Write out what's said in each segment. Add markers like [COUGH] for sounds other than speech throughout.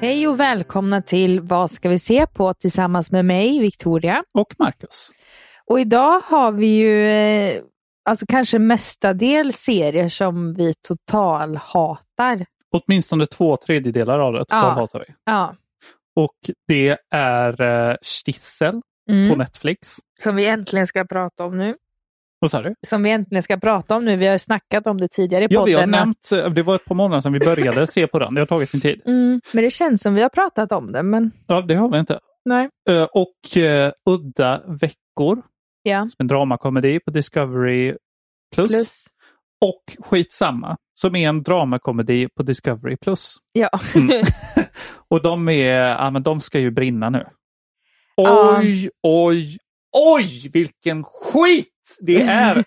Hej och välkomna till Vad ska vi se på tillsammans med mig, Victoria. Och Marcus. Och idag har vi ju eh, alltså kanske mestadels serier som vi totalhatar. Åtminstone två tredjedelar av det Ja. hatar vi. Ja. Och det är eh, Stissel på Mm. Netflix. Som vi äntligen ska prata om nu. Vad sa du? Som vi äntligen ska prata om nu. Vi har ju snackat om det tidigare i Ja, vi har podden. nämnt, eh, det var ett par månader sedan vi började se på den. Det har tagit sin tid. Mm, men det känns som vi har pratat om det, men Ja, det har vi inte. nej. Eh, Och eh, Udda veckor, Ja. som är en dramakomedi på Discovery Plus. Plus. Och Skitsamma, som är en dramakomedi på Discovery Plus. Ja. [LAUGHS] Mm. [LAUGHS] och de, är, ja, men de ska ju brinna nu. Ja. Oj, oj, oj vilken skit det är!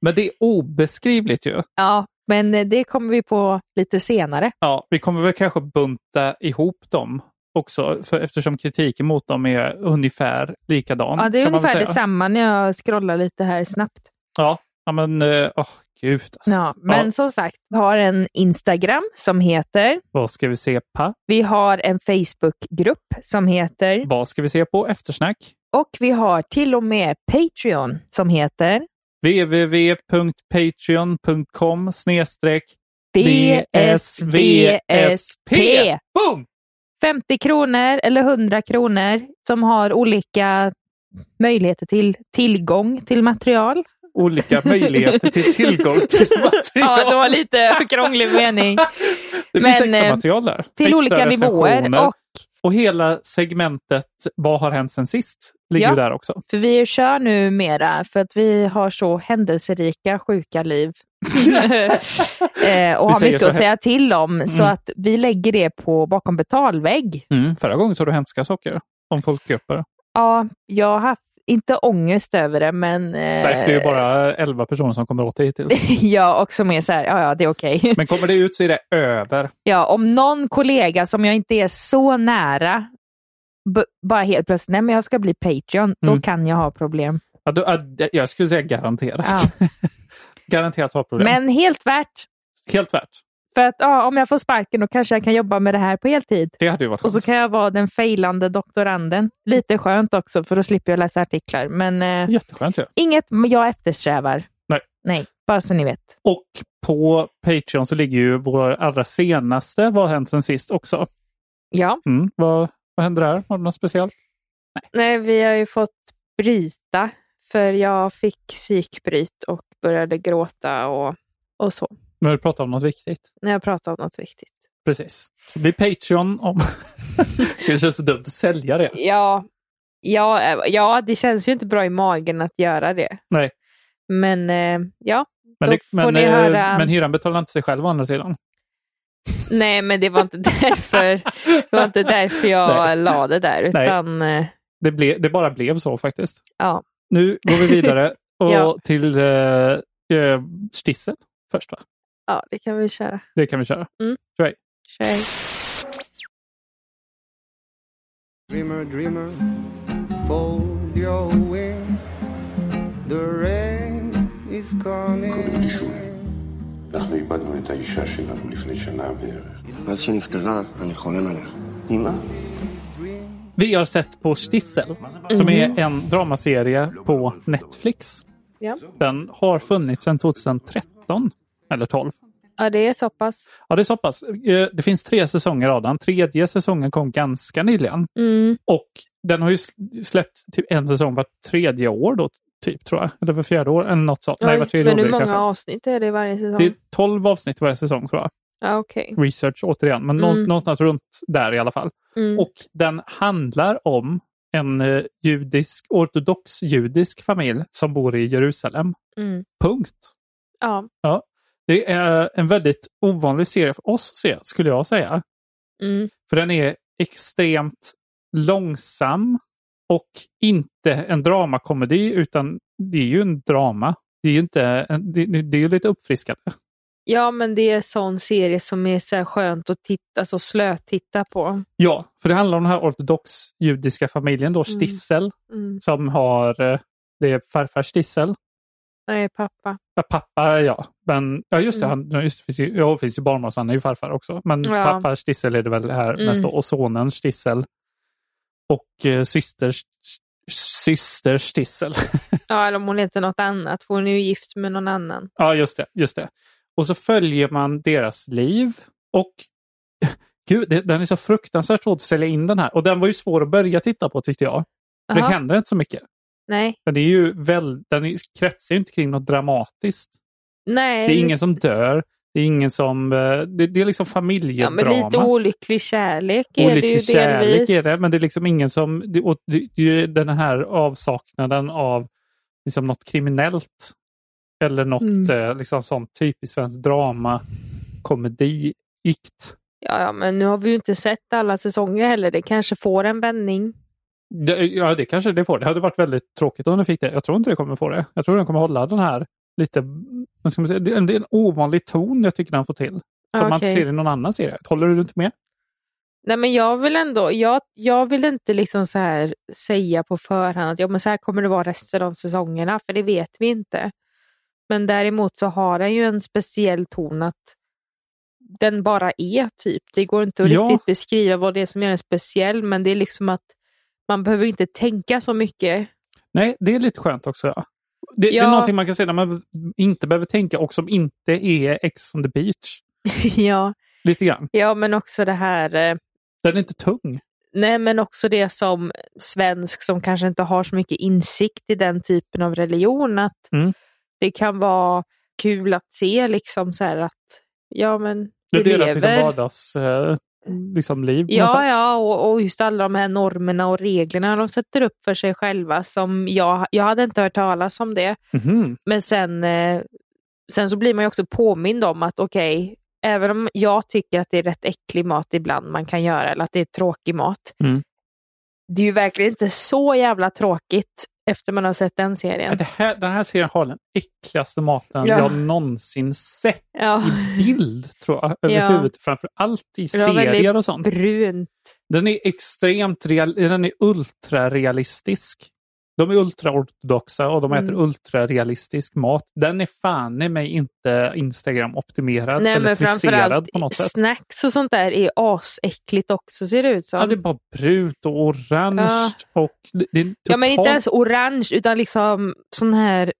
Men det är obeskrivligt ju. [LAUGHS] ja, men eh, det kommer vi på lite senare. Ja, vi kommer väl kanske bunta ihop dem också, för eftersom kritiken mot dem är ungefär likadan. Ja, det är kan man väl ungefär säga. detsamma när jag scrollar lite här snabbt. Ja, ja men eh, åh gud alltså. Ja, men Ja. som sagt, vi har en Instagram som heter, Vad ska vi se på? vi har en Facebookgrupp som heter Vad ska vi se på? Eftersnack? och vi har till och med Patreon som heter www.patreon.com snedstreck DSVSP. Boom! 50 kronor eller 100 kronor som har olika möjligheter till tillgång till material. [LAUGHS] Olika möjligheter till tillgång till material. Ja, det var lite krånglig mening. [LAUGHS] Det finns Men, extra eh, material där. Till extra olika nivåer. recensioner. Och, Och hela segmentet Vad har hänt sen sist? ligger Ja. ju där också. för vi kör nu mera för att vi har så händelserika, sjuka liv. [LAUGHS] eh, och Vi har säger mycket så att här- säga till om. Så att vi lägger det på bakom betalvägg. Mm. Förra gången sa du hemska saker om folkgrupper. Ja, jag har haft, inte ångest över det, men... Eh, Nej, för det är ju bara 11 personer som kommer åt det [LAUGHS] hittills. ja, och som är så här, ja, ja, det är okej. Men kommer det ut så är det över. [LAUGHS] Ja, om någon kollega som jag inte är så nära b- bara helt plötsligt, nej men jag ska bli Patreon, då Mm. kan jag ha problem. Ja, du, ja, jag skulle säga garanterat. Ja. [LAUGHS] garanterat har problem. Men helt värt. Helt värt. För att ja, om jag får sparken då kanske jag kan jobba med det här på heltid. Det hade ju varit Och så skönt. kan jag vara den failande doktoranden. Lite skönt också, för då slipper jag läsa artiklar. Men eh, Jätteskönt ju. inget jag eftersträvar. Nej. Nej, bara så ni vet. Och på Patreon så ligger ju vår allra senaste Vad har hänt sen sist också. Ja, Mm. Vad, vad händer där? Har du något speciellt? nej, vi har ju fått bryta, för jag fick psykbryt och började gråta och, och så. Nu har du pratat om något viktigt. när jag pratar om något viktigt. Precis. Så blir Patreon om... [LAUGHS] det känns så dumt att sälja det. Ja, ja, eh, ja, det känns ju inte bra i magen att göra det. Nej. Men eh, ja, Men, Då det, får men, ni eh, höra- men hyran betalar inte sig själv å andra sidan. nej, men det var inte [LAUGHS] därför, det var inte därför jag Nej. la det där. Nej. Utan, eh, Det, ble, det bara blev så faktiskt. ja. Nu går vi vidare [LAUGHS] och Ja. till eh, eh, Stissel först. Va? ja, det kan vi köra. Det kan vi köra. Kör. Dreamer, dreamer, fold your wings. The rain is קודם coming. בישול. אנחנו איבדנו את האישה שלנו לפני שנה בערך. מאז שנפטרה, אני חולם עליה. אמא, Vi har sett på Stissel, som är en dramaserie på Netflix. Mhm. Ja. Den har funnits sedan 2013 eller 12. Ja, det är så pass. Ja, det är så pass. Eh, Det finns tre säsonger av den. Tredje säsongen kom ganska nyligen. Mm. Och den har ju sl- släppt typ en säsong vart tredje år då, typ tror jag. Eller var fjärde år eller något sånt. Nej, Oj, var tredje men år hur blir det många kanske. avsnitt är det i varje säsong? Det är 12 avsnitt varje säsong tror jag. Ja, okej. research återigen, men någ- Mm. någonstans runt där i alla fall. Mm. Och den handlar om en eh, judisk, ortodox judisk familj som bor i Jerusalem. Mm. Punkt. Ja. Det är en väldigt ovanlig serie för oss att se, skulle jag säga. Mm. För den är extremt långsam och inte en dramakomedi, utan det är ju en drama. Det är ju inte en, det, det det är ju lite uppfriskande. ja, men det är en sån serie som är så här skönt att titta, så slötitta på. Ja, för det handlar om den här ortodox judiska familjen då, Stissel, Mm. som har, eh, det är farfar Stissel, Nej, pappa. Ja, pappa ja, men ja just det, Mm. han just, det finns, ju, ja, det finns ju barn och han är ju farfar också. Men Ja. pappa Stissel är det väl här Mm. mest då, och sonen Stissel och eh, syster, syster Stissel. [LAUGHS] Ja, eller om hon heter något annat, för hon är ju gift med någon annan. Ja, just det. Just det. Och så följer man deras liv. Och [LAUGHS] gud, det, den är så fruktansvärt svår att sälja in den här. Och den var ju svår att börja titta på tyckte jag. För Jaha. det händer inte så mycket. Nej. Den, är ju väl, den är- kretsar ju inte kring något dramatiskt. Nej. Det är ingen som dör. Det är ingen som... eh, Det, det är liksom ja, familjedrama. men lite olycklig kärlek är det ju Olycklig kärlek delvis. är det, men det är liksom ingen som... Det, och det, det, är ju den här avsaknaden av liksom något kriminellt eller något Mm. eh, liksom sånt typiskt svenskt drama, komedi-ikt. Ja, ja, men nu har vi ju inte sett alla säsonger heller. Det kanske får en vändning. Det, ja, det kanske det får. Det hade varit väldigt tråkigt om den fick det. Jag tror inte det kommer få det. Jag tror den kommer hålla den här lite... Vad ska man säga? Det, är en- det är en ovanlig ton jag tycker den får till. Som man inte Ah, Okej. ser i någon annan serie. Håller du inte med? Nej, men jag vill ändå, jag, jag vill inte liksom så här säga på förhand att ja, men så här kommer det vara resten av säsongerna, för det vet vi inte. Men däremot så har den ju en speciell ton att den bara är typ. Det går inte att Ja. riktigt beskriva vad det är som gör den speciell, men det är liksom att man behöver inte tänka så mycket. [LAUGHS] Nej, det är lite skönt också. Ja. Det, det är Ja. någonting man kan säga när man inte behöver tänka och som inte är Ex on the beach. ja. Lite grann. ja, men också det här eh, Den är inte tung. Nej, men också det som svensk som kanske inte har så mycket insikt i den typen av religion. Att Mm. Det kan vara kul att se liksom så här att ja, men Det du är lever. deras liksom vardags, eh, liksom liv. på något ja, sätt. ja och, och just alla de här normerna och reglerna de sätter upp för sig själva. som Jag, jag hade inte hört talas om det. Mhm. Men sen, eh, sen så blir man ju också påmind om att okej, även om jag tycker att det är rätt äcklig mat ibland man kan göra eller att det är tråkig mat. Mm. Det är ju verkligen inte så jävla tråkigt efter man har sett den serien. Det här, den här serien har den äckligaste maten Ja. jag någonsin sett Ja. i bild, tror jag. Överhuvudtaget. Framför allt i Det var väldigt serier och sånt. Brunt. Den är extremt real, den är ultrarealistisk. De är ultraortodoxa och de äter Mm. ultrarealistisk mat. Den är fan i mig inte Instagram-optimerad Nej eller men friserad framförallt på något sätt. snacks och sånt där är asäckligt också ser det ut som. Ja, det är bara brunt och orange. Och det, det är totalt... ja men inte ens orange utan liksom sån här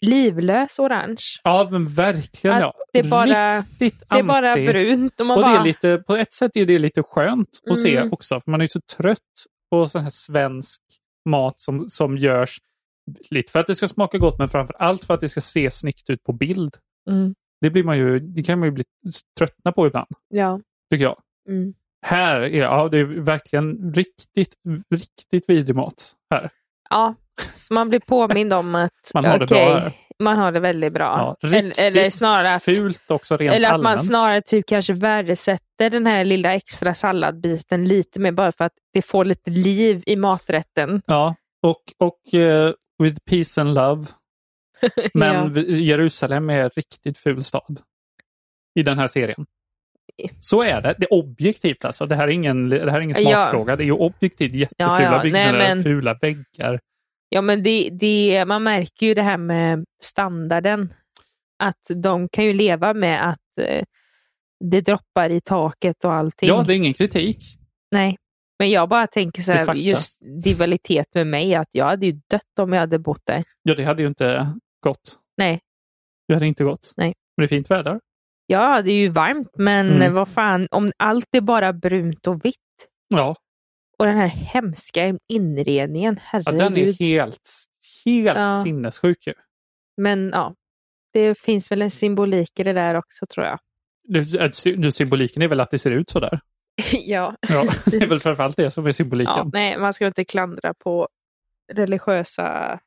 livlös orange. Ja, men verkligen. Att Ja. det är bara- Riktigt Det är bara anti. brunt. Och man Och det bara, är lite, på ett sätt är det lite skönt att se Mm. också, för man är ju så trött på sån här svensk mat som, som görs lite för att det ska smaka gott, men framför allt för att det ska se snyggt ut på bild. mm, Det, blir man ju, det kan man ju bli tröttna på ibland, ja. tycker jag. Mm. Här är, ja, det är verkligen riktigt, riktigt vidrig mat. Här. Ja, så man blir påmind om att [LAUGHS] Man har det okej, bra här. man har det väldigt bra. Ja, eller, riktigt eller snarare att, fult också rent eller att allmänt. man snarare typ kanske värdesätter den här lilla extra salladbiten lite mer bara för att det får lite liv i maträtten. Ja, och, och eh, with peace [LAUGHS] and love. Men Ja. vi- Jerusalem är en riktigt ful stad i den här serien. Så är det. Det är objektivt alltså. Det här är ingen, det här är ingen Ja. smakfråga. Det är ju objektivt jättefula Ja, ja. Nej, byggnader, men- fula väggar. Ja, men det, det, man märker ju det här med standarden. Att de kan ju leva med att eh, det droppar i taket och allting. Ja, det är ingen kritik. Nej, men jag bara tänker så Det är här, fakta. just rivalitet med mig, att jag hade ju dött om jag hade bott där. Ja, det hade ju inte gått. Nej. Det hade inte gått. Nej. Men det är fint väder. Ja, det är ju varmt, men Mm. vad fan, om allt är bara brunt och vitt Ja, och den här hemska inredningen, ja herregud. den är helt, helt Ja. sinnessjuk ju. Men ja, det finns väl en symbolik i det där också tror jag. [LAUGHS] Nu- eh, Nu, symboliken är väl att det ser ut så där. ja. [LAUGHS] Ja, det är väl framförallt det som är symboliken. ja. Nej, man ska inte klandra på religiösa,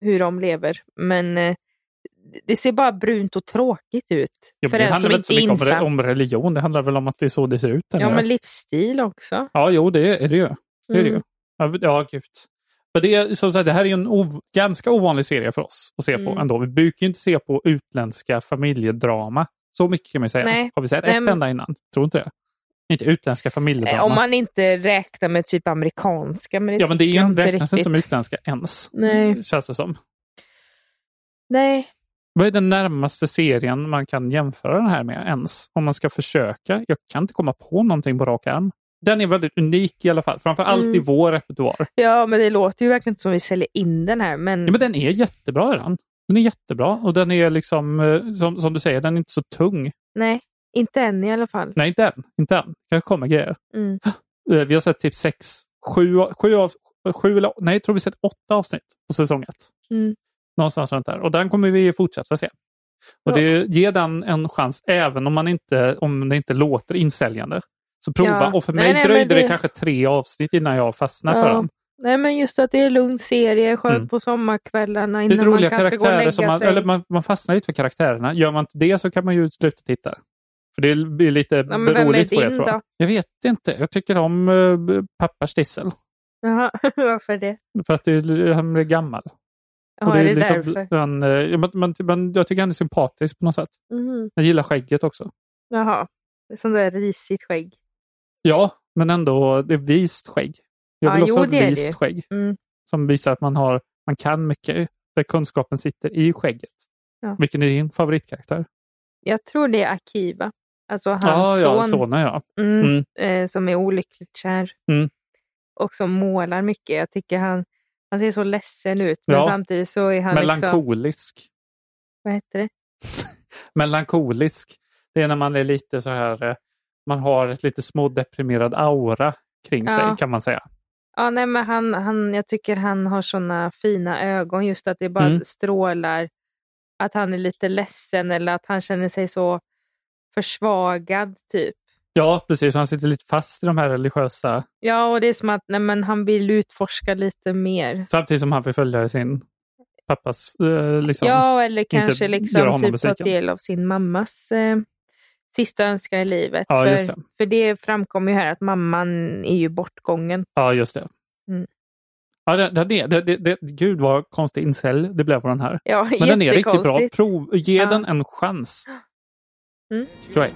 hur de lever. Men eh, det ser bara brunt och tråkigt ut. Ja, för men det en som handlar väl inte så inte är mycket om, re- insatt. om religion. Det handlar väl om att det är så det ser ut. Där Ja, nere. men livsstil också. ja, jo, det är det ju. Det är det ju. Mm. Ja, men- Ja, gud. Men det, är, som sagt, det här är ju en ov- ganska ovanlig serie för oss att se Mm. på ändå. Vi brukar ju inte se på utländska familjedrama. Så mycket kan man ju säga. Nej. Har vi sett Nej, ett men- enda innan? Tror inte det. Inte utländska familjedrama. Eh, Om man inte räknar med typ amerikanska. Men det ja, men det tycker är jag ju- inte räknas inte riktigt. som utländska ens. Nej. Känns det som. Nej. Vad är den närmaste serien man kan jämföra den här med ens? Om man ska försöka. Jag kan inte komma på någonting på rak arm. Den är väldigt unik i alla fall. Framför allt i Mm. vår repertoar. Ja, men det låter ju verkligen inte som vi säljer in den här. Men, Ja, men den är jättebra den. Den är jättebra och den är liksom, eh, som, som du säger, den är inte så tung. nej, inte än i alla fall. Nej, inte än. Inte än. Det kanske kommer grejer. Mm. Eh, Vi har sett typ sex, sju, sju, av, sju eller nej, jag tror vi sett åtta avsnitt på säsong ett. Mm. Någonstans runt där. Och den kommer vi fortsätta se. Och det, ge den en chans, även om, man inte, om det inte låter insäljande. Så prova. Ja. Och för Nej, mig nej, men dröjde det... det- kanske tre avsnitt innan jag fastnade för Ja, den. Nej, men just att det är lugn serie, skönt Mm. på sommarkvällarna Det är innan man roliga kanske går och lägga karaktärer. Som man, sig. eller man, man fastnar lite för karaktärerna. Gör man inte det så kan man ju sluta titta. För det blir lite Ja, men vem är beroligt på det din tror jag. då? [LAUGHS] Jag vet inte. Jag tycker om uh, pappas Stissel. Jaha, varför det? För att det, är- han blir gammal. Ja, är är det liksom- därför? han, eh, ja, men, men, men jag tycker han är sympatisk på något sätt. Mm. Jag gillar skägget också. Jaha, det är sånt där risigt skägg. Ja, men ändå, det är vist skägg. Jag Ja, vill också jo, ha det är det ett ju. vist skägg. Mm. Som visar att man, har, man kan mycket. Där kunskapen sitter i skägget. Ja. Vilken är din favoritkaraktär? Jag tror det är Akiva, alltså hans Ah, ja, son, sonen ja. Mm, Mm. Eh, som är olyckligt kär. Mm. Och som målar mycket. Jag tycker han, han ser så ledsen ut, men Ja. samtidigt så är han liksom... Melankolisk. Vad heter det? Melankolisk. Det är när man är lite så här, eh, man har ett lite smådeprimerad aura kring sig Ja. kan man säga. Ja, nej, men han, han, jag tycker han har såna fina ögon. Just att det bara Mm. strålar att han är lite ledsen eller att han känner sig så försvagad. typ. Ja, precis. Han sitter lite fast i de här religiösa, Ja, och det är som att nej, men han vill utforska lite mer. samtidigt som han vill följa sin pappas... Eh, liksom. Ja, eller kanske göra liksom honom typ ta besviken. del av sin mammas eh, sista önskan i livet. Ja, just för, det. för det framkommer ju här att mamman är ju bortgången. ja just det. Mm. Ja, det, det, det, det, det. Gud vad konstig incel det blev på den här. Ja, Men den är riktigt bra. jättekonstigt. Prov, ge Ja. den en chans. Mm. Tror jag.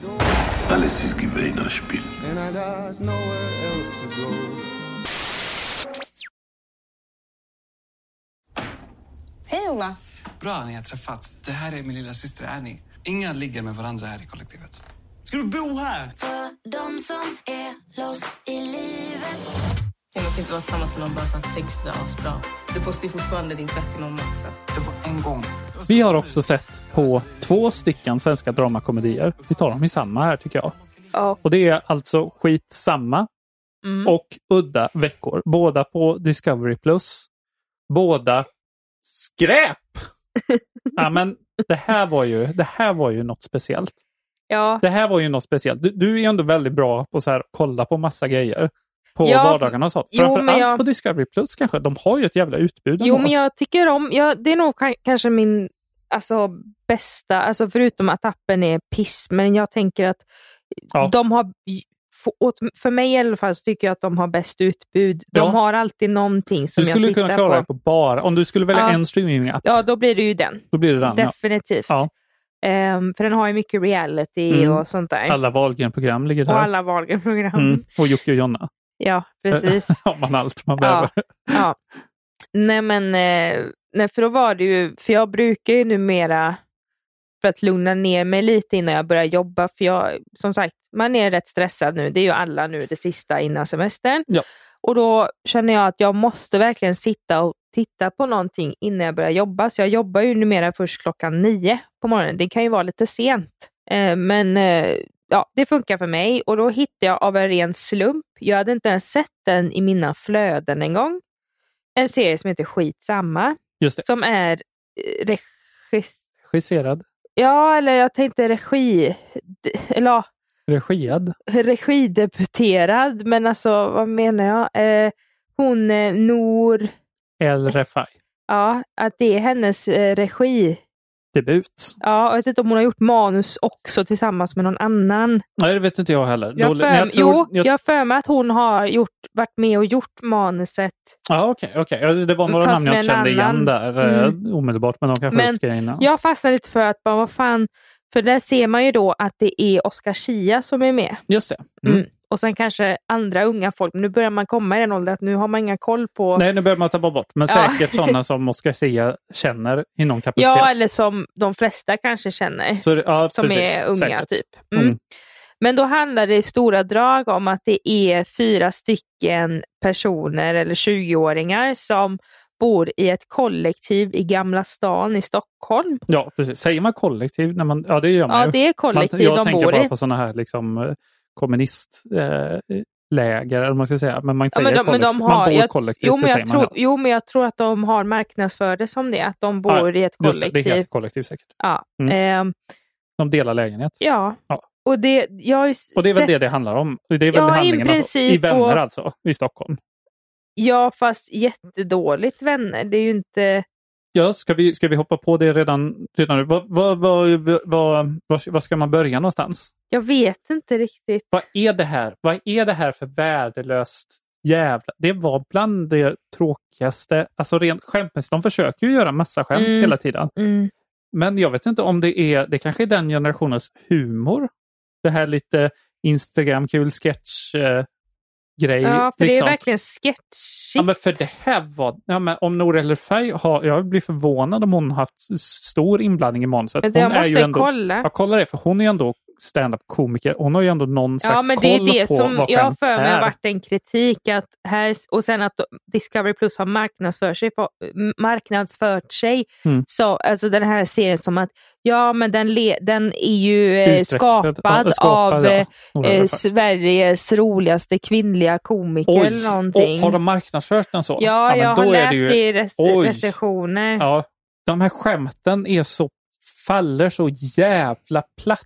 Alles ist Gewinnerspiel. And I got nowhere else to go. Hej Ola! Bra ni har träffats. Det här är min lilla syster Annie. Inga ligger med varandra här i kollektivet. Ska du bo här? Jag låter inte vara tillsammans med någon bara för att sex är asbra. Du postar ju fortfarande din tvätt i någon max. Det var en gång. Vi har också sett på två stycken svenska dramakomedier. Vi tar dem i samma här tycker jag. Ja. Och det är alltså Skitsamma Mm. och Udda veckor. Båda på Discovery+. Plus. Båda [LAUGHS] skräp! ja, men det här, var ju, det här var ju något speciellt. ja, Det här var ju något speciellt. Du, du är ju ändå väldigt bra på att kolla på massa grejer på Ja, vardagarna och sånt. jo, men Framförallt jag- på Discovery Plus kanske. De har ju ett jävla utbud Jo, ändå. men jag tycker om... Jag, det är nog ka- kanske min alltså, bästa... Alltså, förutom att appen är piss, men jag tänker att Ja. de har... för- åt- För mig i alla fall så tycker jag att de har bäst utbud. De Ja. har alltid någonting som du skulle jag tittar kunna klara dig på. på bara... Om du skulle välja Ja. en streamingapp, Ja, då blir det ju den. då blir det den. Ja. Definitivt. Ja. Ehm, för den har ju mycket reality Mm. och sånt där. Alla Wahlgren-program ligger där. och alla Wahlgren-program. Mm. Och Jocke och Jonna. [LAUGHS] Ja, precis. [LAUGHS] har man allt man behöver. Ja. ja. Nej men, eh, nej, för då var det ju, för jag brukar ju numera, för att lugna ner mig lite innan jag börjar jobba, för jag, som sagt, man är rätt stressad nu, det är ju alla nu det sista innan semestern. Ja. Och då känner jag att jag måste verkligen sitta och titta på någonting innan jag börjar jobba, så jag jobbar ju numera först klockan nio på morgonen. Det kan ju vara lite sent, eh, men eh, ja, det funkar för mig och då hittade jag av en ren slump, jag hade inte ens sett den i mina flöden en gång, en serie som heter Skitsamma, Just det. som är eh, regis- Regisserad. Ja, eller jag tänkte regi. d- Eller ja, Regiad. regidebuterad, men alltså vad menar jag? Eh, hon eh, Nor, El Refai. ja, att det är hennes eh, regi. Debut. Ja, och jag vet inte om hon har gjort manus också tillsammans med någon annan. Nej, det vet inte jag heller. Jag Dålig- för, men jo, jag jag- har för mig att hon har gjort, varit med och gjort manuset. Ja, okej. okej. Ja, Det var några Fast namn jag med inte en kände igen annan. Mm. där eh, omedelbart, men de kanske Men har gjort grejer innan. Jag fastnade lite för att bara, vad fan, för där ser man ju då att det är Oscar Schia som är med. Just det. Mm. Mm. Och sen kanske andra unga folk. Men nu börjar man komma i den åldern att nu har man inga koll på... Nej, nu börjar man tappa bort. Men Ja. säkert [LAUGHS] sådana som Oscar Sia känner i någon kapacitet. ja, eller som de flesta kanske känner. Så, det- ja, som precis, är unga säkert. typ. Mm. Mm. Men då handlar det i stora drag om att det är fyra stycken personer eller 20-åringar som bor i ett kollektiv i Gamla stan i Stockholm. Ja, precis. Säger man kollektiv? När man, ja, det gör man Ja, ju. det är kollektiv man, jag de tänker bor bara i. på sådana här liksom, kommunistläger, eh, läger, eller vad man ska säga. Men man Ja, säger men de- men de kollektiv. har- man bor jag- kollektivt, Jo men, det jag säger man. tror, jo, men jag tror att de har marknadsför det som det, att de Ja, bor i ett Just det, kollektiv. det heter kollektiv säkert. ja. Mm. Ehm, De delar lägenhet. ja. Ja. Och det, jag har ju Och det är väl sett det det handlar om? Det är väl Ja, det i handlingen alltså. I princip, vänner och- alltså, i Stockholm. Ja, fast jättedåligt vänner. Det är ju inte... Ja, ska vi, ska vi hoppa på det redan, redan nu? Vad vad vad vad vad- vad ska man börja någonstans? Jag vet inte riktigt. Vad är det här? Vad är det här för värdelöst jävla... Det var bland det tråkigaste, alltså rent skämtmässigt. De försöker ju göra massa skämt Mm. hela tiden. Mm. Men jag vet inte om det är, det kanske är den generationens humor. Det här lite Instagram-kul sketch-grej. Ja, för det är verkligen sketchigt. liksom. Ja, men för det här var... Ja, men om Nour El Refai har... Jag blir förvånad om hon har haft s- stor inblandning i manuset. Men Hon jag måste ändå, kolla. Jag kollar det, för hon är ju ändå stand-up-komiker. Hon har ju ändå någon Ja, slags men det koll är det på som vad jag har skämt för mig är. har varit en kritik. Att här, och sen att Discovery Plus har marknadsför sig, marknadsfört sig. Mm. Så, alltså den här serien som att ja, men den, le, den är ju eh, Utvecklad. skapad, Ja, skapad, av ja. eh, Nour El eh, Refai. Sveriges roligaste kvinnliga komiker. Oj, eller någonting. och har de marknadsfört den så? Ja, men jag då har är läst det det, ju- i rec- Oj. recensioner. Ja, de här skämten är så, faller så jävla platt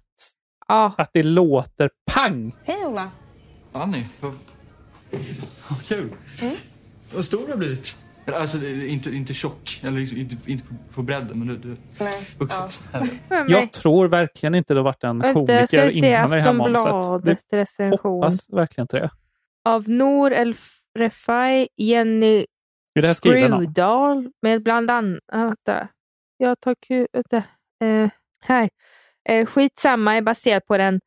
Ja. att det låter pang. Hej Ola! Annie, vad, vad kul. Vad stor du har blivit. Alltså, det- inte, inte tjock, eller liksom, inte, inte på- på bredden, men du... du Nej. vuxen. för mig. Jag tror verkligen inte det har varit en Vänta, jag komiker ska se innan i det här manuset. Det Aftonbladet recension. hoppas verkligen inte det. Av Nour El Refai, Jenny Är det här skriven av? Grudal med bland annat... ah, Vänta. Jag tar ku... Vänta. Eh, här. Eh, skitsamma är baserad på den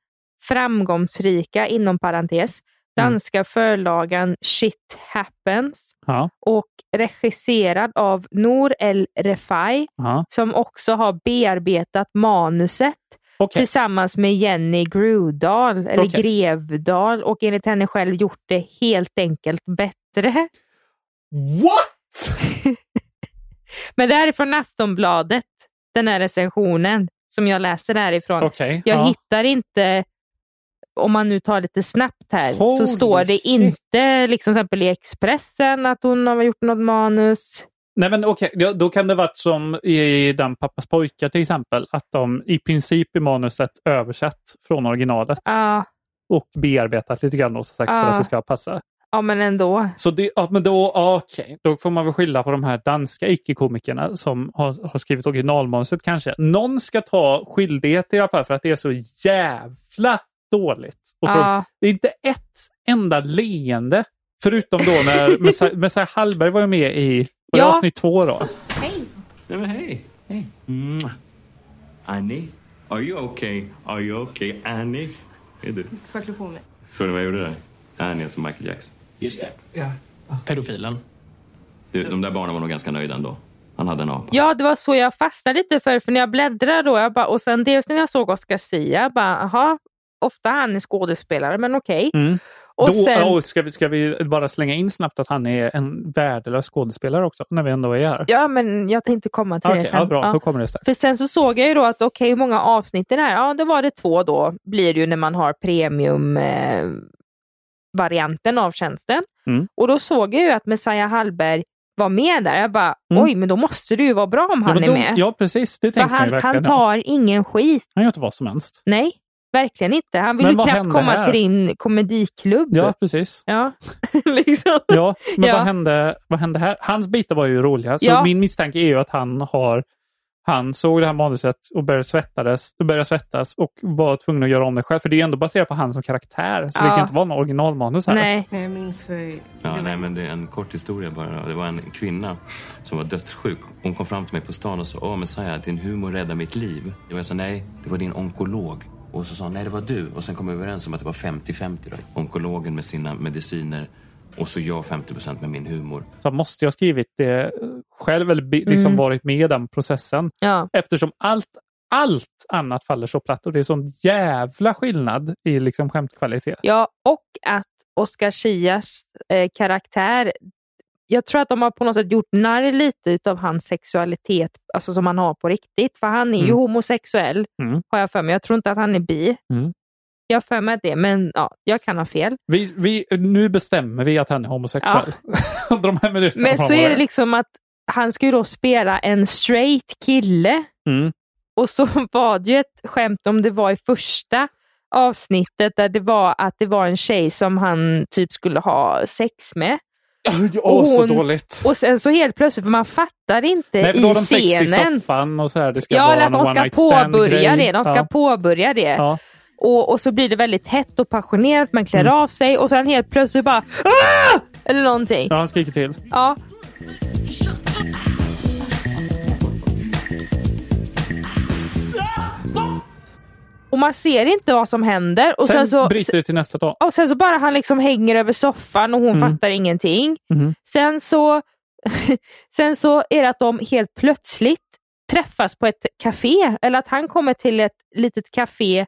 framgångsrika, inom parentes, Mm. danska förlagan Shit Happens Ja, och regisserad av Nour El Refai ja. som också har bearbetat manuset Okej. tillsammans med Jenny Grudal, eller Okej. Grevdal, och enligt henne själv gjort det helt enkelt bättre. What? Men det här är från Aftonbladet, den här recensionen som jag läser därifrån. Okej. Jag ja. hittar inte, om man nu tar lite snabbt här, Holy så står det shit. inte liksom till exempel i Expressen att hon har gjort något manus. Nej, men okej. ja, Då kan det varit som i den Pappas pojkar till exempel. Att de i princip i manuset översatt från originalet Ja, och bearbetat lite grann och så sagt för Ja. att det ska passa. ja men ändå. Så det, ja, men då, ja, okej. Då får man väl skylla på de här danska icke-komikerna som har, har skrivit originalmanuset kanske. Någon ska ta skyldighet i alla fall för att det är så jävla dåligt. Och tråkigt. Ja, Det är inte ett enda leende. Förutom då när [LAUGHS] Messiah- Messiah Hallberg var ju med i var det Ja. avsnitt två. Då. Nej, men hej! Hej. Mm. Annie, are you okay? Are you okay, Annie? Är du? Sköt du på mig? Såg ni vad jag gjorde där? Annie, alltså Michael Jackson. Just det. Ja. Pedofilen. Du, de där barnen var nog ganska nöjda ändå. Han hade en apa. ja, det var så jag fastnade lite för, för när jag bläddrade då, jag bara, och sen dels när jag såg Oscar Sia, jag bara, aha, ofta är han är skådespelare, men okej. Mm. Och då sen, åh, ska, vi, ska vi bara slänga in snabbt att han är en värdelös skådespelare också, när vi ändå är här? ja men jag tänkte komma till Okej, det sen. ja, bra. Ja. Då kommer det strax. För sen så såg jag ju då att okej, hur många avsnitt det är? Ja, det var det två då, blir det ju när man har premium eh, varianten av tjänsten. Mm. Och då såg jag ju att Messiah Hallberg var med där. Jag bara, Mm. oj, men då måste det ju vara bra om ja, han men är de- med. Ja, precis. Det För tänkte man ju han, verkligen. han ja. tar ingen skit. han gör inte vad som helst. Nej, verkligen inte. Han vill Men ju vad knappt hände komma här? till din komediklubb. Ja, precis. Ja, [LAUGHS] liksom. Ja, Typ. [LAUGHS] men Ja. Vad, hände, vad hände här? Hans bitar var ju roliga. Så Ja. min misstanke är ju att han har han såg det här manuset och började, svettades, och började svettas och var tvungen att göra om det själv. För det är ju ändå baserat på han som karaktär. Så det Ja. kan inte vara något originalmanus här. Nej. Nej, jag minns för... Ja, nej, men det är en kort historia bara. Det var en kvinna som var dödssjuk. Hon kom fram till mig på stan och sa Åh Messiah, din humor räddar mitt liv. Och jag sa nej, det var din onkolog. Och så sa hon nej, det var du. Och sen kom vi överens om att det var 50-50 då. Onkologen med sina mediciner och så jag 50 med min humor. Så han måste jag ha skrivit det själv eller bi- liksom Mm. varit med i den processen. Ja. Eftersom allt, allt annat faller så platt och det är sån jävla skillnad i liksom skämtkvalitet. ja, och att Oscar Schias eh, karaktär, jag tror att de har på något sätt gjort narr lite av hans sexualitet, alltså som han har på riktigt. För han är ju Mm. homosexuell, Mm. har jag för mig. Jag tror inte att han är bi. Mm. Jag har för mig att det, men ja, jag kan ha fel. Vi, vi, nu bestämmer vi att han är homosexuell. [LAUGHS] De här minuterna Men så framöver. är det liksom att han ska ju då spela en straight kille. Mm. Och så [LAUGHS] var det ju ett skämt om det var i första avsnittet där det var att det var en tjej som han typ skulle ha sex med. Ja, Och så hon- dåligt. Och sen så helt plötsligt, för man fattar inte Nej, för då i har de sex i scenen. soffan och så här. Det ska Ja, vara eller att en de ska one-night stand-grej. påbörja det. De ska ja. påbörja det. Ja. Och, och så blir det väldigt hett och passionerat. Man klär Mm. av sig och sen helt plötsligt bara "Ah!" Eller någonting. ja, han skriker till. Ja. Och man ser inte vad som händer. Och sen, sen, så, bryter det till nästa dag. och sen så bara han liksom hänger över soffan och hon Mm. fattar ingenting. Mhm. Sen så, [LAUGHS] sen så är det att de helt plötsligt träffas på ett café. Eller att han kommer till ett litet café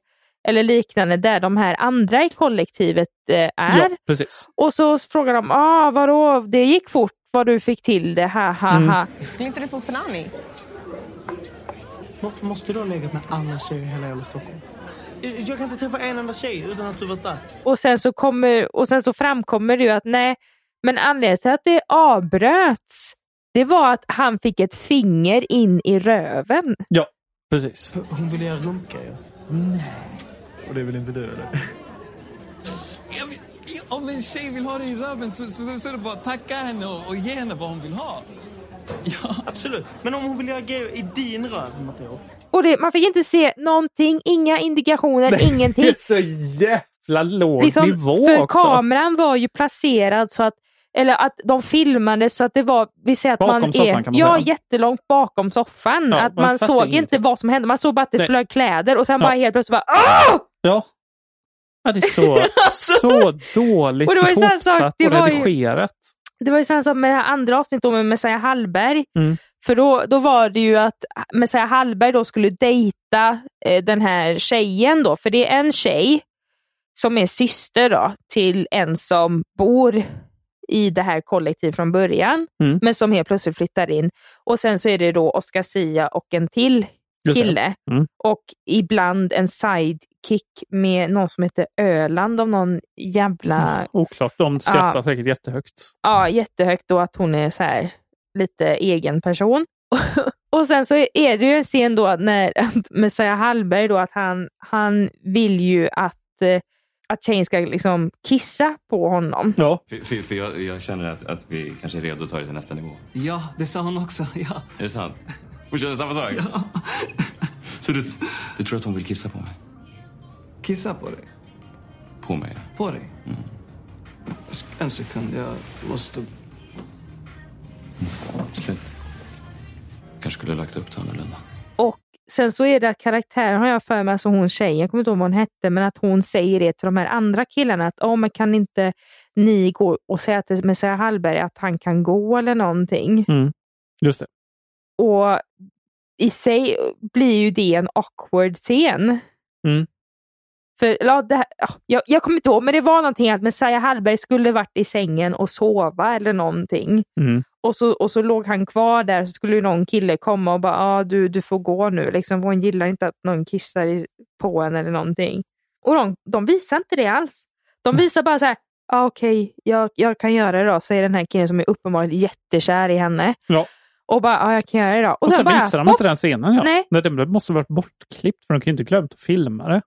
eller liknande där de här andra i kollektivet eh, är. Ja, precis. Och så frågar de, ah, vadå, det gick fort vad du fick till det, ha ha ha. Skulle inte du få punani? Varför måste du ha legat med alla tjejer i hela jävla Stockholm? Jag jag kan inte träffa en enda tjej utan att du varit där. Och, sen så kommer, och sen så framkommer det ju att nej, men anledningen till att det avbröts, det var att han fick ett finger in i röven. Ja, precis. Hon ville göra runka ju. Och det vill inte du eller? Om en tjej vill ha dig i röven så, så, så är det bara att tacka henne och, och ge henne vad hon vill ha. Absolut. Men om hon vill göra grejer i din röv, Matteo. Och det, man fick inte se någonting, inga indikationer, Det ingenting. är så jävla låg Liksom, nivå för också. kameran var ju placerad så att eller att de filmade så att det var, vi säger att Bakom man soffan är kan man ja, säga. jättelångt bakom soffan. Ja, att man man, fattar såg ingenting. inte vad som hände. Man såg bara att det Nej. flög kläder och sen Ja. bara helt plötsligt bara "Ah!" Ja. ja, det [LAUGHS] är så, så Alltså- dåligt Och det var ju så här sak- ihopsatt det och var ju- redigerat. Det var ju sen som med det här andra avsnittet då med Messiah Hallberg. Mm. För då, då var det ju att Messiah Hallberg då skulle dejta eh, den här tjejen då. För det är en tjej som är syster då till en som bor i det här kollektivet från början. Mm. Men som helt plötsligt flyttar in. Och sen så är det då Oscar Sia och en till Just det. kille. Mm. Och ibland en sidekick med någon som heter Öland av någon jävla Oklart. De skrattar Ja. säkert jättehögt. ja, jättehögt och att hon är så här lite egen person. [LAUGHS] och sen så är det ju en scen då att när, [LAUGHS] att Messiah Hallberg då att han, han vill ju att, eh, att tjejen ska liksom kissa på honom. Ja, För, för, för jag, jag känner att, att vi kanske är redo att ta det till nästa nivå. Ja, det sa hon också. [LAUGHS] Ja. Är det sant? Hon känner samma sak? Ja. Så du, du tror att hon vill kissa på mig? Kissa på dig. På mig? Mm. På dig. En sekund, jag måste... Absolut. Kanske skulle ha lagt upp det annorlunda. Och sen så är det att karaktären har jag för mig, alltså hon tjejen, jag kommer inte ihåg vad hon hette, men att hon säger det till de här andra killarna att oh, men kan inte ni gå och säga till Messiah Hallberg att han kan gå eller någonting. just det. Och i sig blir ju det en awkward scen. Mm. För, ja, det här, ja, jag, jag kommer inte ihåg, men det var någonting att Messiah Hallberg skulle varit i sängen och sova eller någonting. Mm. Och så, och så låg han kvar där så skulle ju någon kille komma och bara ah, du, du får gå nu. Liksom, för hon gillar inte att någon kissar i, på en eller någonting. Och de, de visar inte det alls. De visar bara så här, ah, okej, jag, jag kan göra det då, säger den här killen som är uppenbart jättekär i henne. Ja. Och bara, ja ah, jag kan göra det då. Och, sen bara, visar de hopp! inte den scenen. Ja. Nej. Nej. Det måste varit bortklippt, för de kan ju inte glömt att filma det.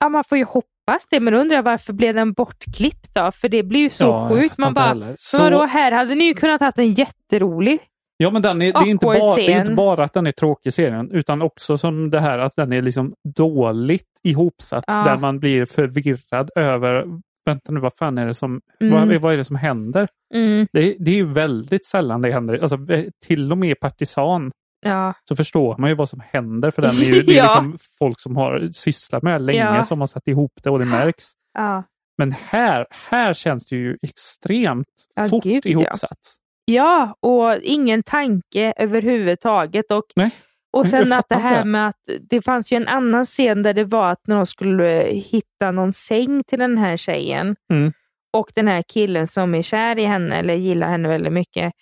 Ja, man får ju hoppas det, men då undrar jag varför blev den bortklippt då? För det blir ju så Ja, jag sjukt. fattar Man inte bara, heller. men Så- vadå, här hade ni ju kunnat haft en jätterolig. Ja, men den är, det, är inte Awkward bara, det är scen. inte bara att den är tråkig i serien, utan också som det här att den är liksom dåligt ihopsatt, Ja. där man blir förvirrad över Vänta nu, vad fan är det som, Mm. vad, vad är det som händer? Mm, Det, det är ju väldigt sällan det händer. Alltså, eh, till och med i Partisan ja. så förstår man ju vad som händer, för den är ju, det [LAUGHS] är Ja. liksom folk som har sysslat med det länge Ja. som har satt ihop det och det märks. Ja. Men här, här känns det ju extremt Ja, fort gud, ja. ihopsatt. ja, och ingen tanke överhuvudtaget. Och, Nej. och Jag sen fattar att det här inte. med att det fanns ju en annan scen där det var att när de skulle hitta någon säng till den här tjejen Mm. och den här killen som är kär i henne eller gillar henne väldigt mycket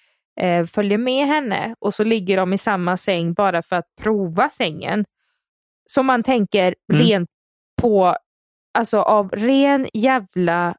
eh, följer med henne och så ligger de i samma säng bara för att prova sängen. Som man tänker Mm. rent på, alltså av ren jävla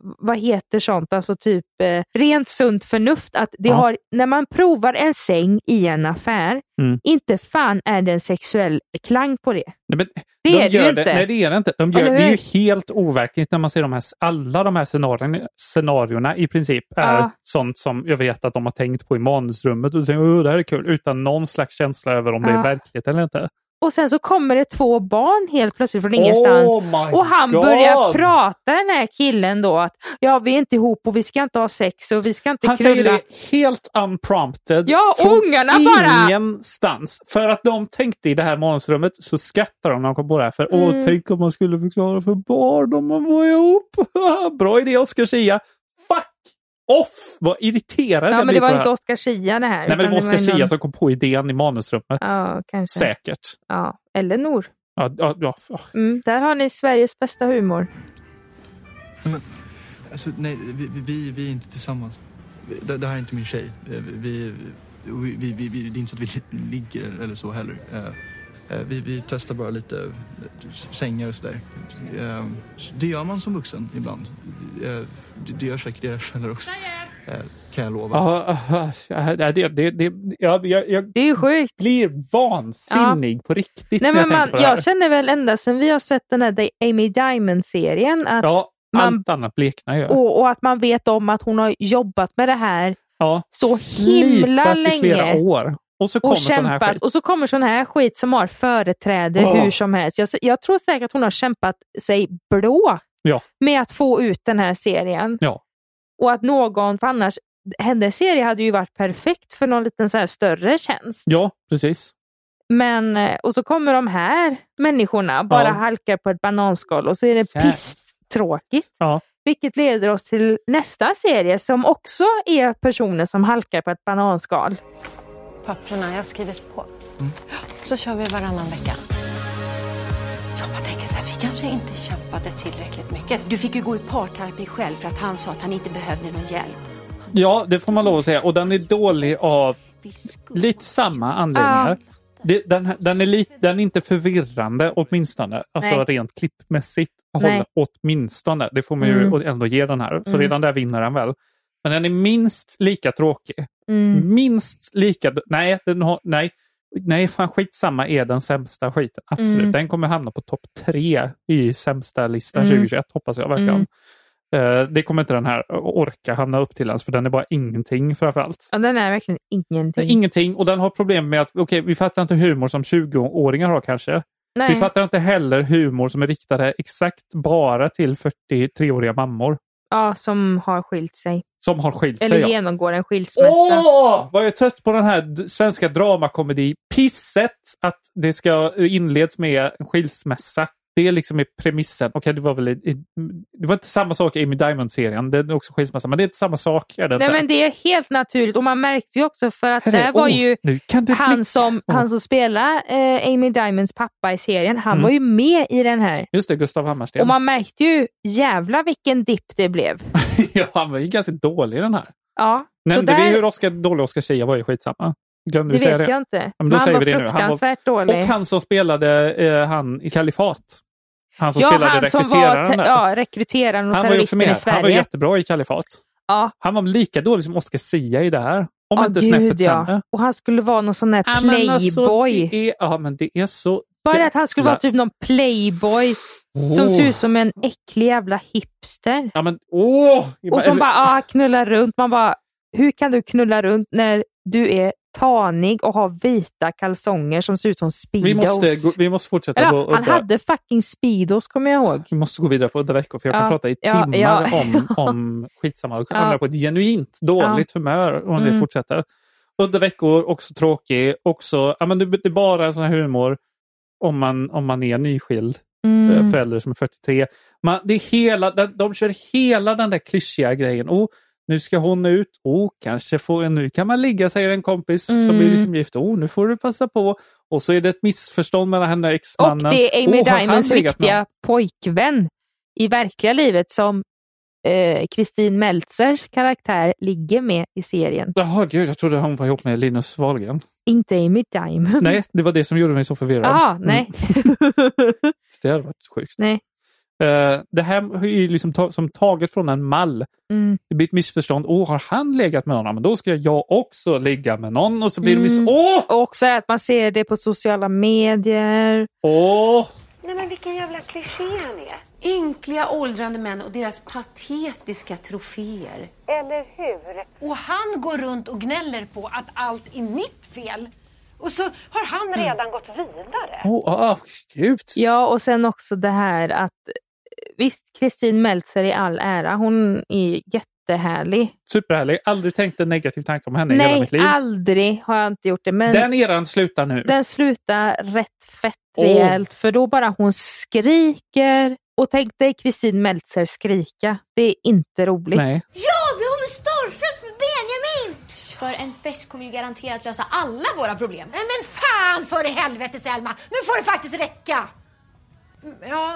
vad heter sånt, alltså typ eh, rent sunt förnuft. Att det Ja. har, när man provar en säng i en affär, Mm. inte fan är det en sexuell klang på det. Nej, men Det de är det gör ju inte. Nej, det är det inte. De Eller gör, det är hur? ju helt overkligt när man ser de här, alla de här scenarierna, scenarierna i princip är Ja. sånt som jag vet att de har tänkt på i manusrummet och tänker åh det här är kul, utan någon slags känsla över om det Ja. är verkligt eller inte. Och sen så kommer det två barn helt plötsligt från ingenstans. Oh my och han börjar prata den här killen då att ja, vi är inte ihop och vi ska inte ha sex och vi ska inte Han säger knulla. det helt unprompted. Ja, från ungarna bara- ingenstans. För att de tänkte i det här manusrummet så skrattar de när de kom på det här. För åh, Mm. tänk om man skulle förklara för barn om man var ihop. [LAUGHS] Bra idé, Oscar Zia. Fuck off! Vad irriterad Ja, jag men blir det på var det inte här. Oscar Zia det här. Nej, men det utan var Oscar ju Zia någon- som kom på idén i manusrummet. Ja, kanske. Säkert. Ja, eller Nor. Ja, ja, ja. Mm, där har ni Sveriges bästa humor. Alltså, nej, vi, vi- vi, vi är inte tillsammans. Det, det här är inte min tjej. Eh, Vi, vi, vi, vi, vi, det är inte så att vi ligger eller så heller. Eh, eh, Vi, vi testar bara lite eh, sängar och sådär. Eh, så Det gör man som vuxen ibland. Eh, Det, det gör säkert era föräldrar också. Eh, Kan jag lova. Ja, ja, ja, det, det, det, jag, jag, jag Det är ju sjukt. blir vansinnig på riktigt Nej, när men jag man, tänker på det här. jag känner väl ända sedan vi har sett den här Di- Amy Diamond-serien att, Ja, man- allt annat bleknar ju. och, och att man vet om att hon har jobbat med det här ja, så slipat himla i flera länge. år. Och så kommer och sån här kämpat. skit. Och så kommer sån här skit som har företräde Åh. hur som helst. Jag, s- jag tror säkert att hon har kämpat sig blå Ja. med att få ut den här serien. Ja. Och att någon, för annars, hennes serie hade ju varit perfekt för någon liten så här större tjänst. Ja, precis. Men, eh, och så kommer de här människorna bara Ja. halkar på ett bananskal och så är det Jävlar. pisstråkigt. Ja. Vilket leder oss till nästa serie som också är personer som halkar på ett bananskal. Papperna, jag har skrivit på. [GASPS] Så kör vi varannan vecka. Jag bara tänker så här, vi kanske inte kämpade tillräckligt mycket. Du fick ju gå i parterapi själv för att han sa att han inte behövde någon hjälp. Ja, det får man lov att säga. Och den är dålig av lite samma anledningar. Det, den, här- den, är lite, den är inte förvirrande åtminstone, alltså Nej. rent klippmässigt. Nej. Hålla, åtminstone, det får man ju Mm. ändå ge den här. Så Mm. redan där vinner den väl. Men den är minst lika tråkig. Mm. Minst lika... Nej, den har, nej, nej, fan skitsamma är den sämsta skiten. Absolut. Mm. Den kommer hamna på topp tre i sämsta listan Mm. 2021, hoppas jag verkligen. Mm. Eh, det kommer inte den här orka hamna upp till ens, för den är bara ingenting framför allt. Ja, den är verkligen Det är ingenting. Ingenting, och den har problem med att okej, vi fattar inte humor som 20-åringar har kanske. Nej. Vi fattar inte heller humor som är riktade exakt bara till 43-åriga mammor Ja, som har skilt sig. som har skilt Eller sig. ja. genomgår en skilsmässa. Åh! Vad jag är trött på den här d- svenska dramakomedi-pisset. Att det ska eh, inleds med en skilsmässa. Det liksom är premissen. Okej, det var väl... i- i- Det var inte samma sak i Amy Diamond-serien. Det är också skilsmässa, men det är inte samma sak. Är det Nej, inte? men det är helt naturligt och man märkte ju också för att Herre, där var åh, ju nu kan du flicka. han som, Åh. han som spelar eh, Amy Diamonds pappa i serien, han Mm. var ju med i den här. Just det, Gustav Hammarsten. Och man märkte ju, jävla vilken dipp det blev. [LAUGHS] ja, han var ju ganska dålig i den här. Ja, så Nämnde där, vi hur Oscar, dålig Oscar Zia var? ju Skitsamma. Glömde det vi säga vet det. jag inte. men då Men han säger var vi det nu. Han var- fruktansvärt dålig. Och han som spelade eh, han i Kalifat. Han som spelade rekryteraren te- där. ja, rekryteraren och han var ju också terroristen med. i Han var Sverige. jättebra i Kalifat. Ja. Han var lika dålig som Oscar Sia i det här. Om Ja, inte gud, snäppet ja. sämre. Och han skulle vara någon sån här Ja, men alltså, playboy. det är, ja, men det är så... Bara att han skulle vara jävla- typ någon playboy som Åh. ser ut som en äcklig jävla hipster. Ja, men åh! Och som bara ah, knullar runt. Man bara, hur kan du knulla runt när du är tanig och har vita kalsonger som ser ut som speedos? vi, måste, gå- vi alltså, måste fortsätta. Eller, gå ja, och han bara- hade fucking speedos kommer jag ihåg. Vi måste gå vidare på udda veckor för jag kan Ja, prata i ja, [LAUGHS] timmar ja. om, om skitsamma. Jag Ja. hamnar på ett genuint dåligt humör om vi Mm. fortsätter. Udda veckor, också tråkig. Också, ja, men det, det är bara sån här humor om man, om man är nyskild Mm. eh, förälder som är 43. Man, det är hela, de, de kör hela den där klyschiga grejen. Oh, nu ska hon ut. Oh, kanske får, jag- nu kan man ligga, säger en kompis som Mm. blir liksom gift. Oh, nu får du passa på. Och så är det ett missförstånd mellan henne och Och exmannen. det är Amy Oh, har han Diamonds legat med riktiga pojkvän i verkliga livet som eh, Kristin Meltzers karaktär ligger med i serien. Jaha, gud, jag trodde hon var ihop med Linus Mm. Wahlgren. Inte Amy Diamond. Nej, det var det som gjorde mig så förvirrad. Ah, Mm, [LAUGHS] nej. det hade varit sjukt. nej. Eh, det här är ju liksom ta- som taget från en mall. Mm. Det blir ett missförstånd. Åh, har han legat med någon? Ja, Men då ska jag också ligga med någon. Och så blir det miss... Mm. Åh! Och också att man ser det på sociala medier. Åh! Nej men vilken jävla kliché han är. Ynkliga åldrande män och deras patetiska troféer. Eller hur? Och han går runt och gnäller på att allt är mitt fel. Och så har han redan gått vidare. Ja, och sen också det här att eh, visst, Kristin Meltzer i all ära, hon är jättehärlig. Superhärlig. Aldrig tänkt en negativ tanke om henne i hela Nej, mitt liv. aldrig har jag inte gjort det. Men Den eran slutar nu. den slutar rätt fett Åh. rejält, för då bara hon skriker. Och tänk dig Kristin Meltzer skrika. Det är inte roligt. Nej. Ja, vi har en storfest med Benjamin! För en fest kommer ju garanterat lösa alla våra problem. Nej men fan för i helvete Selma! Nu får det faktiskt räcka! Mm, Ja,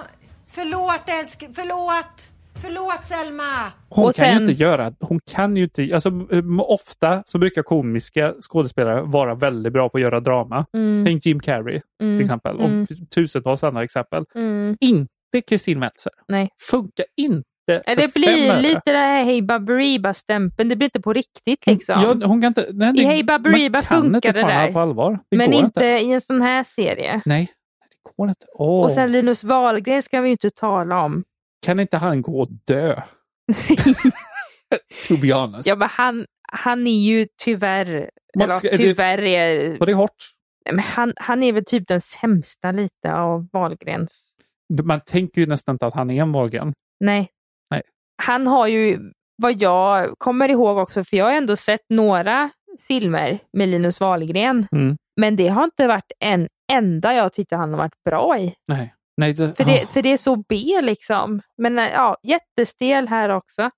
förlåt älsk... Förlåt! Förlåt Selma! Hon Och kan sen- ju inte göra... Hon kan ju inte... Alltså, m- ofta så brukar komiska skådespelare vara väldigt bra på att göra drama. Mm. Tänk Jim Carrey Mm. till exempel. Och Mm. f- tusentals andra exempel. Mm. Inte Kristin Meltzer. Nej. Funkar inte för Nej, Det fem blir öre. lite det här Hey Baberiba-stämpeln. Det blir inte på riktigt liksom. Ja, hon kan inte... Nej, det, I Hey Baberiba man kan inte funkar det ta henne där. på allvar. Det Men går inte, inte. i en sån här serie. Nej, det går inte. Åh. Och sen Linus Wahlgren ska vi ju inte tala om. Kan inte han gå och [LAUGHS] dö? to be honest. Ja, men han, han är ju tyvärr... Mats, eller, är ja, det- tyvärr är... Var det hårt? Nej, Men han, han är väl typ den sämsta lite av Wahlgrens. Man tänker ju nästan inte att han är en Wahlgren. Nej. Nej. Han har ju, vad jag kommer ihåg också, för jag har ändå sett några filmer med Linus Wahlgren. Mm. Men det har inte varit en enda jag tyckte han har varit bra i. Nej. Nej det, För det, ah, för det är så B liksom. Men eh, ja, jättestel här också.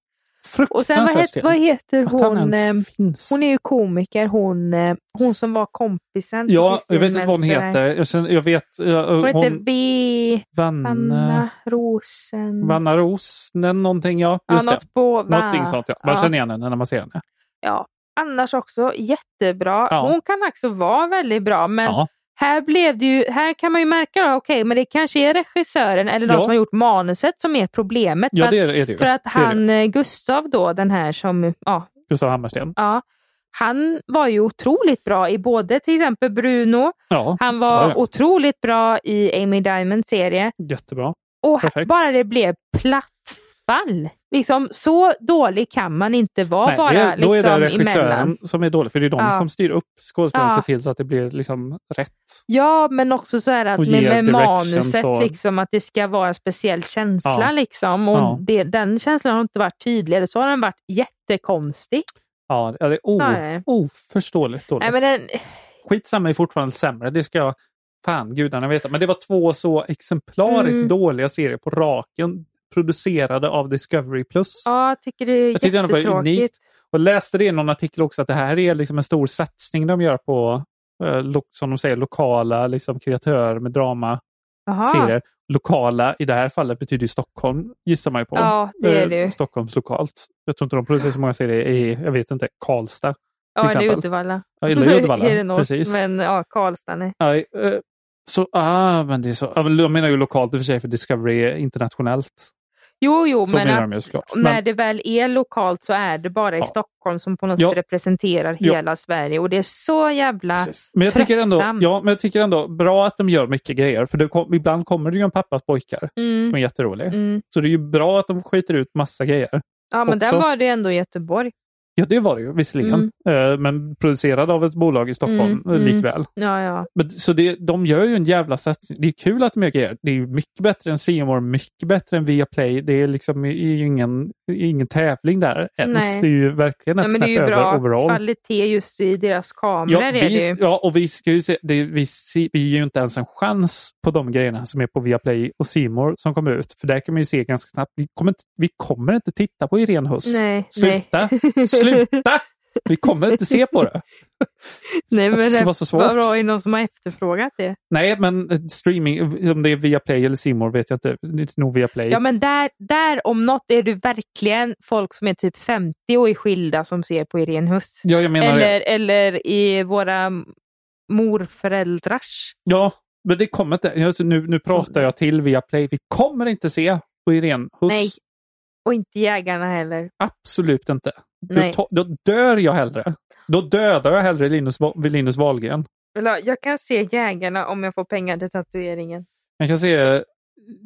Och sen vad fruktansvärt heter, stel. vad heter Att han hon? ens eh, Hon är ju komiker, hon, eh, hon som var kompisen till Ja, Kristin jag vet inte vad hon Meltzer. heter. Jag, känner, jag vet... Jag, Hon heter hon, eh, V... Vanna, Vanna Rosen... Vanna Rosnen någonting, ja. Ja, Just det. något på va- Någonting sånt, ja. Man ja. känner igen henne när man ser henne. Ja, annars också jättebra. Ja. Hon kan också vara väldigt bra, men Ja. här, blev det ju, här kan man ju märka då, okej, men det kanske är regissören eller de Ja. som har gjort manuset som är problemet. Ja, för det att- är- är det ju. För att Det är det ju. han, eh, Gustav då, den här som, ja, Gustav Hammarsten. ja, han var ju otroligt bra i både till exempel Bruno, Ja. han var Ja, ja. otroligt bra i Amy Diamonds serie. Jättebra. Och här- Perfekt. bara det blev plattfall. Liksom, så dålig kan man inte vara Nej, bara det är, då är liksom, det regissören emellan. som är dålig, för det är de Ja. som styr upp skådespelarna och Ja. ser till så att det blir liksom rätt. Ja, men också så här att Och med, ger med directions manuset, och- liksom, att det ska vara en speciell känsla. Ja. Liksom, och Ja. det, den känslan har inte varit tydligare, så har den varit jättekonstig. Ja, det är o, Snarare. oförståeligt dåligt. Nej, men den, Skitsamma är fortfarande sämre, det ska jag fan gudarna veta. Men det var två så exemplariskt Mm. dåliga serier på raken producerade av Discovery Plus. ja, jag tycker det är Jag tyckte det var jättetråkigt. unikt. Och läste det i någon artikel också att det här är liksom en stor satsning de gör på, eh, lo- som de säger, lokala liksom, kreatörer med Aha. dramaserier. Lokala i det här fallet betyder ju Stockholm, gissar man ju på. Ja, det är det ju. Eh, Stockholms lokalt. Jag tror inte de producerar så många serier i, jag vet inte, Karlstad. till Ja, eller exempel. Uddevalla. Ja, eller Uddevalla. Är det något? precis. Men ja, Karlstad, nej. Ja, eh, Så, ah, men det är så. Ja, men Jag menar ju lokalt i och för sig, för Discovery är internationellt. Jo, jo, Så men, menar att, de ju såklart. när Men- det väl är lokalt så är det bara i Ja. Stockholm som på något Ja. sätt representerar Ja. hela Sverige. Och det är så jävla Men jag tycker, ändå, tröttsamt. ja, men jag tycker ändå bra att de gör mycket grejer. För det kom, ibland kommer det ju en pappas pojkar Mm. som är jätterolig. Mm. Så det är ju bra att de skiter ut massa grejer. Ja, men också. där var det ju ändå i Göteborg. Ja, det var det ju visserligen. Eh, Men producerad av ett bolag i Stockholm Mm, eh, mm. likväl. Ja, ja. Men, så det, de gör ju en jävla satsning. Det är kul att de gör grejer. Det är ju mycket bättre än Seymour, mycket bättre än Viaplay. Det är liksom det är ju ingen, ingen tävling där ens. Nej. Det är ju verkligen ja ett men det är snäpp ju över bra overall. kvalitet just i deras kameror. Ja, är det vi, ju. ja, och vi, ska ju se, det, vi, se, vi ger ju inte ens en chans på de grejerna som är på Viaplay och Simor som kommer ut. För där kan man ju se ganska snabbt. Vi kommer inte, vi kommer inte titta på Irene Huss. Nej, [LAUGHS] Sluta! Sluta! Vi kommer inte se på det. Nej, men det ska det vara så svårt. Vad bra, är det någon som har efterfrågat det? Nej, men eh, streaming, om det är Viaplay eller Simor vet jag inte. Det är nog Viaplay. Ja, men där, där om något är det verkligen folk som är typ 50 och är skilda som ser på Irene Huss. Ja, jag menar det. eller, eller i våra morföräldrars. Ja, men det kommer inte. Alltså, nu, nu pratar jag till Viaplay. Vi kommer inte se på Irene Huss. Nej. Och inte jägarna heller. Absolut inte. Då, Nej. ta, då dör jag hellre. Då dödar jag hellre Linus, Va- Linus Wahlgren. Eller, Jag kan se jägarna om jag får pengar till tatueringen. Jag kan se eh,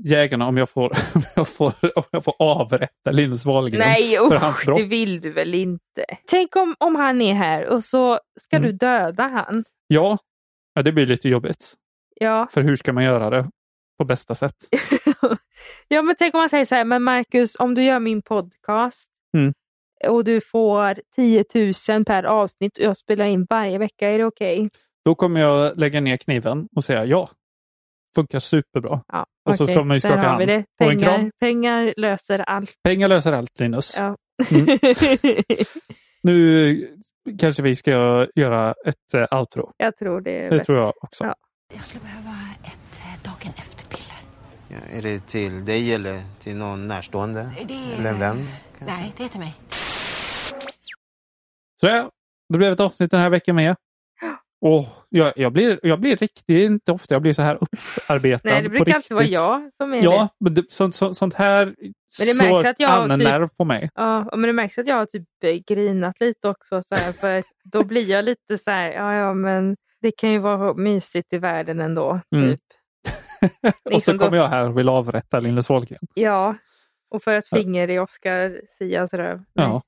Jägarna om jag får, [LAUGHS] om jag får, om jag får avrätta Linus Wahlgren Nej, för usch, hans brott. [LAUGHS] det vill du väl inte? Tänk om, om han är här och så ska Mm. du döda han. Ja. ja, det blir lite jobbigt. Ja. För hur ska man göra det på bästa sätt? ja, men tänk om han säger så här, men Marcus, om du gör min podcast Mm. och du får 10 000 per avsnitt och jag spelar in varje vecka, är det okej? Då kommer jag lägga ner kniven och säga ja. Funkar superbra. Ja, och så Okej, kommer vi där skaka har vi hand. det. Och en kram. Pengar, pengar löser allt. Pengar löser allt, Linus. Ja. Mm. Nu kanske vi ska göra ett eh, outro. [LAUGHS] jag tror det är Det bäst. tror jag också. Jag skulle behöva ett eh, dagen efter-piller. Ja, är det till dig eller till någon närstående? Det- Eller en vän? Nej, det är till mig. Så det, det blev ett avsnitt den här veckan med. Åh, jag, jag, blir, jag blir riktigt, det är inte ofta jag blir så här upparbetad. Nej, det på brukar alltid vara riktigt. jag som är Ja, det. men det, sånt, sånt, sånt här det slår märks att jag annan typ- nerv på mig. Ja, men det märks att jag har typ eh, grinat lite också. Så här, för då blir jag lite så här, ja, ja, men det kan ju vara mysigt i världen ändå. Mm. Typ. och så Liksom då- kommer jag här och vill avrätta Linus Wahlgren. Ja, och för ett Ja. finger i Oscar Sias röv. Ja.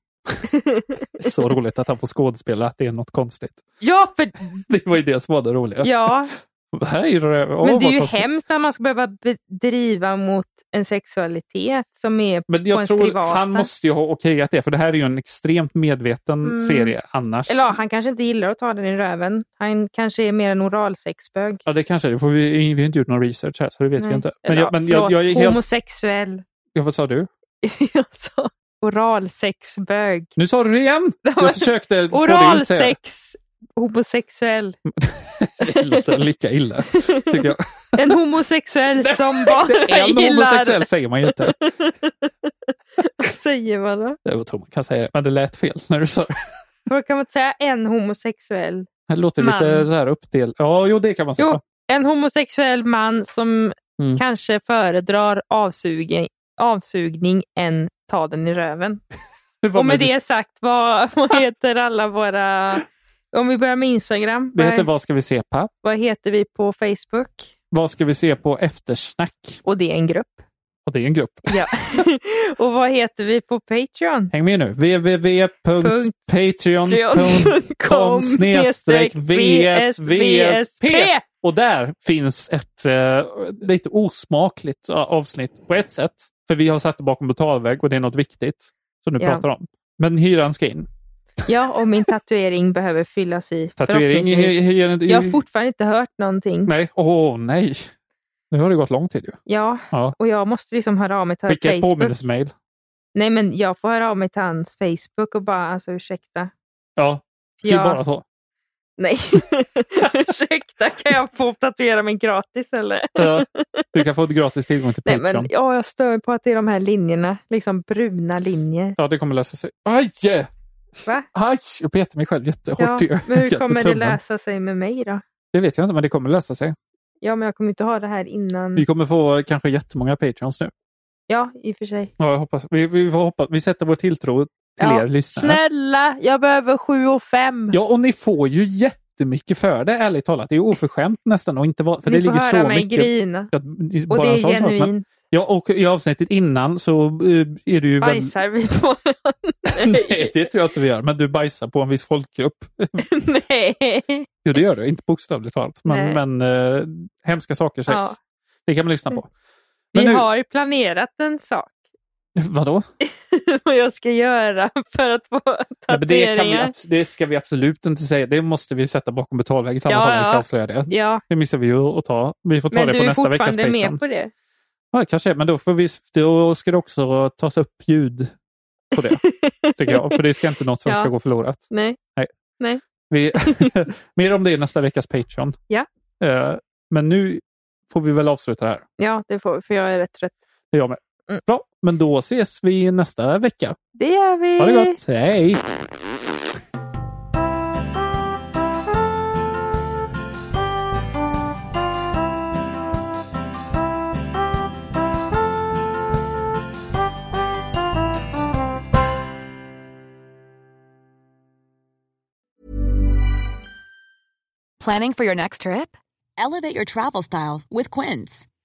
Det är så roligt att han får skådespela, att det är något konstigt. Ja, för Det var ju det som var det roliga. ja. Det här är ju rö- Åh, men det är vad ju konstigt. hemskt när man ska behöva bedriva mot en sexualitet som är Men på jag ens tror privata. han måste ju ha okejat det, för det här är ju en extremt medveten Mm. serie annars. Eller ja, han kanske inte gillar att ta den i röven. Han kanske är mer en oralsexbög. Ja, det kanske är det får vi, vi har inte gjort någon research här, så det vet vi Nej. inte. Men, Eller jag, ja, men jag, förlåt, jag är helt... Homosexuell. [LAUGHS] Ja, vad sa du? alltså, oralsexbög. Nu sa du [LAUGHS] det igen! Jag försökte få dig ut säga Oralsex. Homosexuell. det. [LAUGHS] Låter Lika illa, tycker [LAUGHS] jag. En [LAUGHS] homosexuell som bara En gillar... homosexuell säger man ju inte. [LAUGHS] Säger man då? Jag tror man kan säga det, men det lät fel när du sa det. Då kan man inte säga en homosexuell. Det låter lite Man. så här uppdel... Ja, jo, det kan man säga. Jo, en homosexuell man som Mm. kanske föredrar avsugning, avsugning än ta den i röven. Det var Och med med det sagt, vad, [LAUGHS] vad heter alla våra... Om vi börjar med Instagram, Det vad, heter Vad ska vi se på? vad heter vi på Facebook? Vad ska vi se på eftersnack? Och det är en grupp. Och det är en grupp. Ja. [LAUGHS] Och vad heter vi på Patreon? Häng med nu. www.patreon.com Patreon.com snedstreck VSVSP. VSVSP. Och där finns ett eh, lite osmakligt eh, avsnitt på ett sätt. För vi har satt det bakom betalväg och det är något viktigt som du Ja. pratar om. Men hyran ska in. Ja, och min tatuering behöver fyllas i. Tatuering förhoppningsvis. hy- hyran- Jag har fortfarande inte hört någonting. Nej, åh nej. Nu har det gått lång tid ju. Ja, Ja. och jag måste liksom höra av mig till Skicka ett Facebook. påminnelsemail. Nej, men jag får höra av mig till hans Facebook och bara alltså ursäkta. Ja, skriv Ja. bara så. [LAUGHS] Nej, ursäkta, kan jag få tatuera mig gratis eller? Ja, du kan få ett gratis tillgång till Nej, Patreon. men ja, jag stör mig på att det är de här linjerna, liksom bruna linjer. Ja, det kommer lösa sig. Aj! Va? Aj! Jag petar mig själv jättehårt. Ja, ju. men hur Jag kommer det Mm. tummen. lösa sig med mig då? Det vet jag inte, men det kommer lösa sig. Ja, men jag kommer inte ha det här innan. Vi kommer få eh, kanske jättemånga patreons nu. Ja, i och för sig. Ja, jag hoppas. Vi, vi, får hoppas. vi sätter vår tilltro till Ja, er lyssnare. Snälla, jag behöver sju och fem. Ja, och ni får ju jättemycket för det, ärligt talat. Det är ju oförskämt nästan att inte vara... För Ni det får ligger så höra mig mycket... grina. Ja, Och bara det är en sån sak, men- genuint. Ja, och i avsnittet innan så eh, är du ju väldigt... Bajsar vi på [LAUGHS] Nej, det tror jag inte vi gör, men du bajsar på en viss folkgrupp. [LAUGHS] Nej. Jo, det gör du. Inte bokstavligt talat, men, Nej. men eh, hemska saker sägs. Ja. Mm. Det kan man lyssna på. Men Vi nu, har planerat en sak. [LAUGHS] [LAUGHS] Vadå? Vad jag ska göra för att få Ja, men det, kan vi, tatueringar. abs- det ska vi absolut inte säga. Det måste vi sätta bakom betalväg i samma Ja, fall om vi ska ja. avslöja det. Ja. Det missar vi ju att ta. Vi får ta Men det du på är nästa veckas fortfarande Patreon. med på det. Ja, kanske. Men då, får vi, då ska det också tas upp ljud [LAUGHS] på det, tycker jag. För det ska inte något som Ja. ska gå förlorat. Nej. Nej. Nej. Vi, [LAUGHS] mer om det i nästa veckas Patreon. Ja. Eh, Men nu får vi väl avsluta det här. ja, det får vi, för jag är rätt trött. Det är jag med. Bra, men då ses vi nästa vecka. Det gör vi. Ha det gott. Hej! Planning for your next trip? Elevate your travel style with Quince.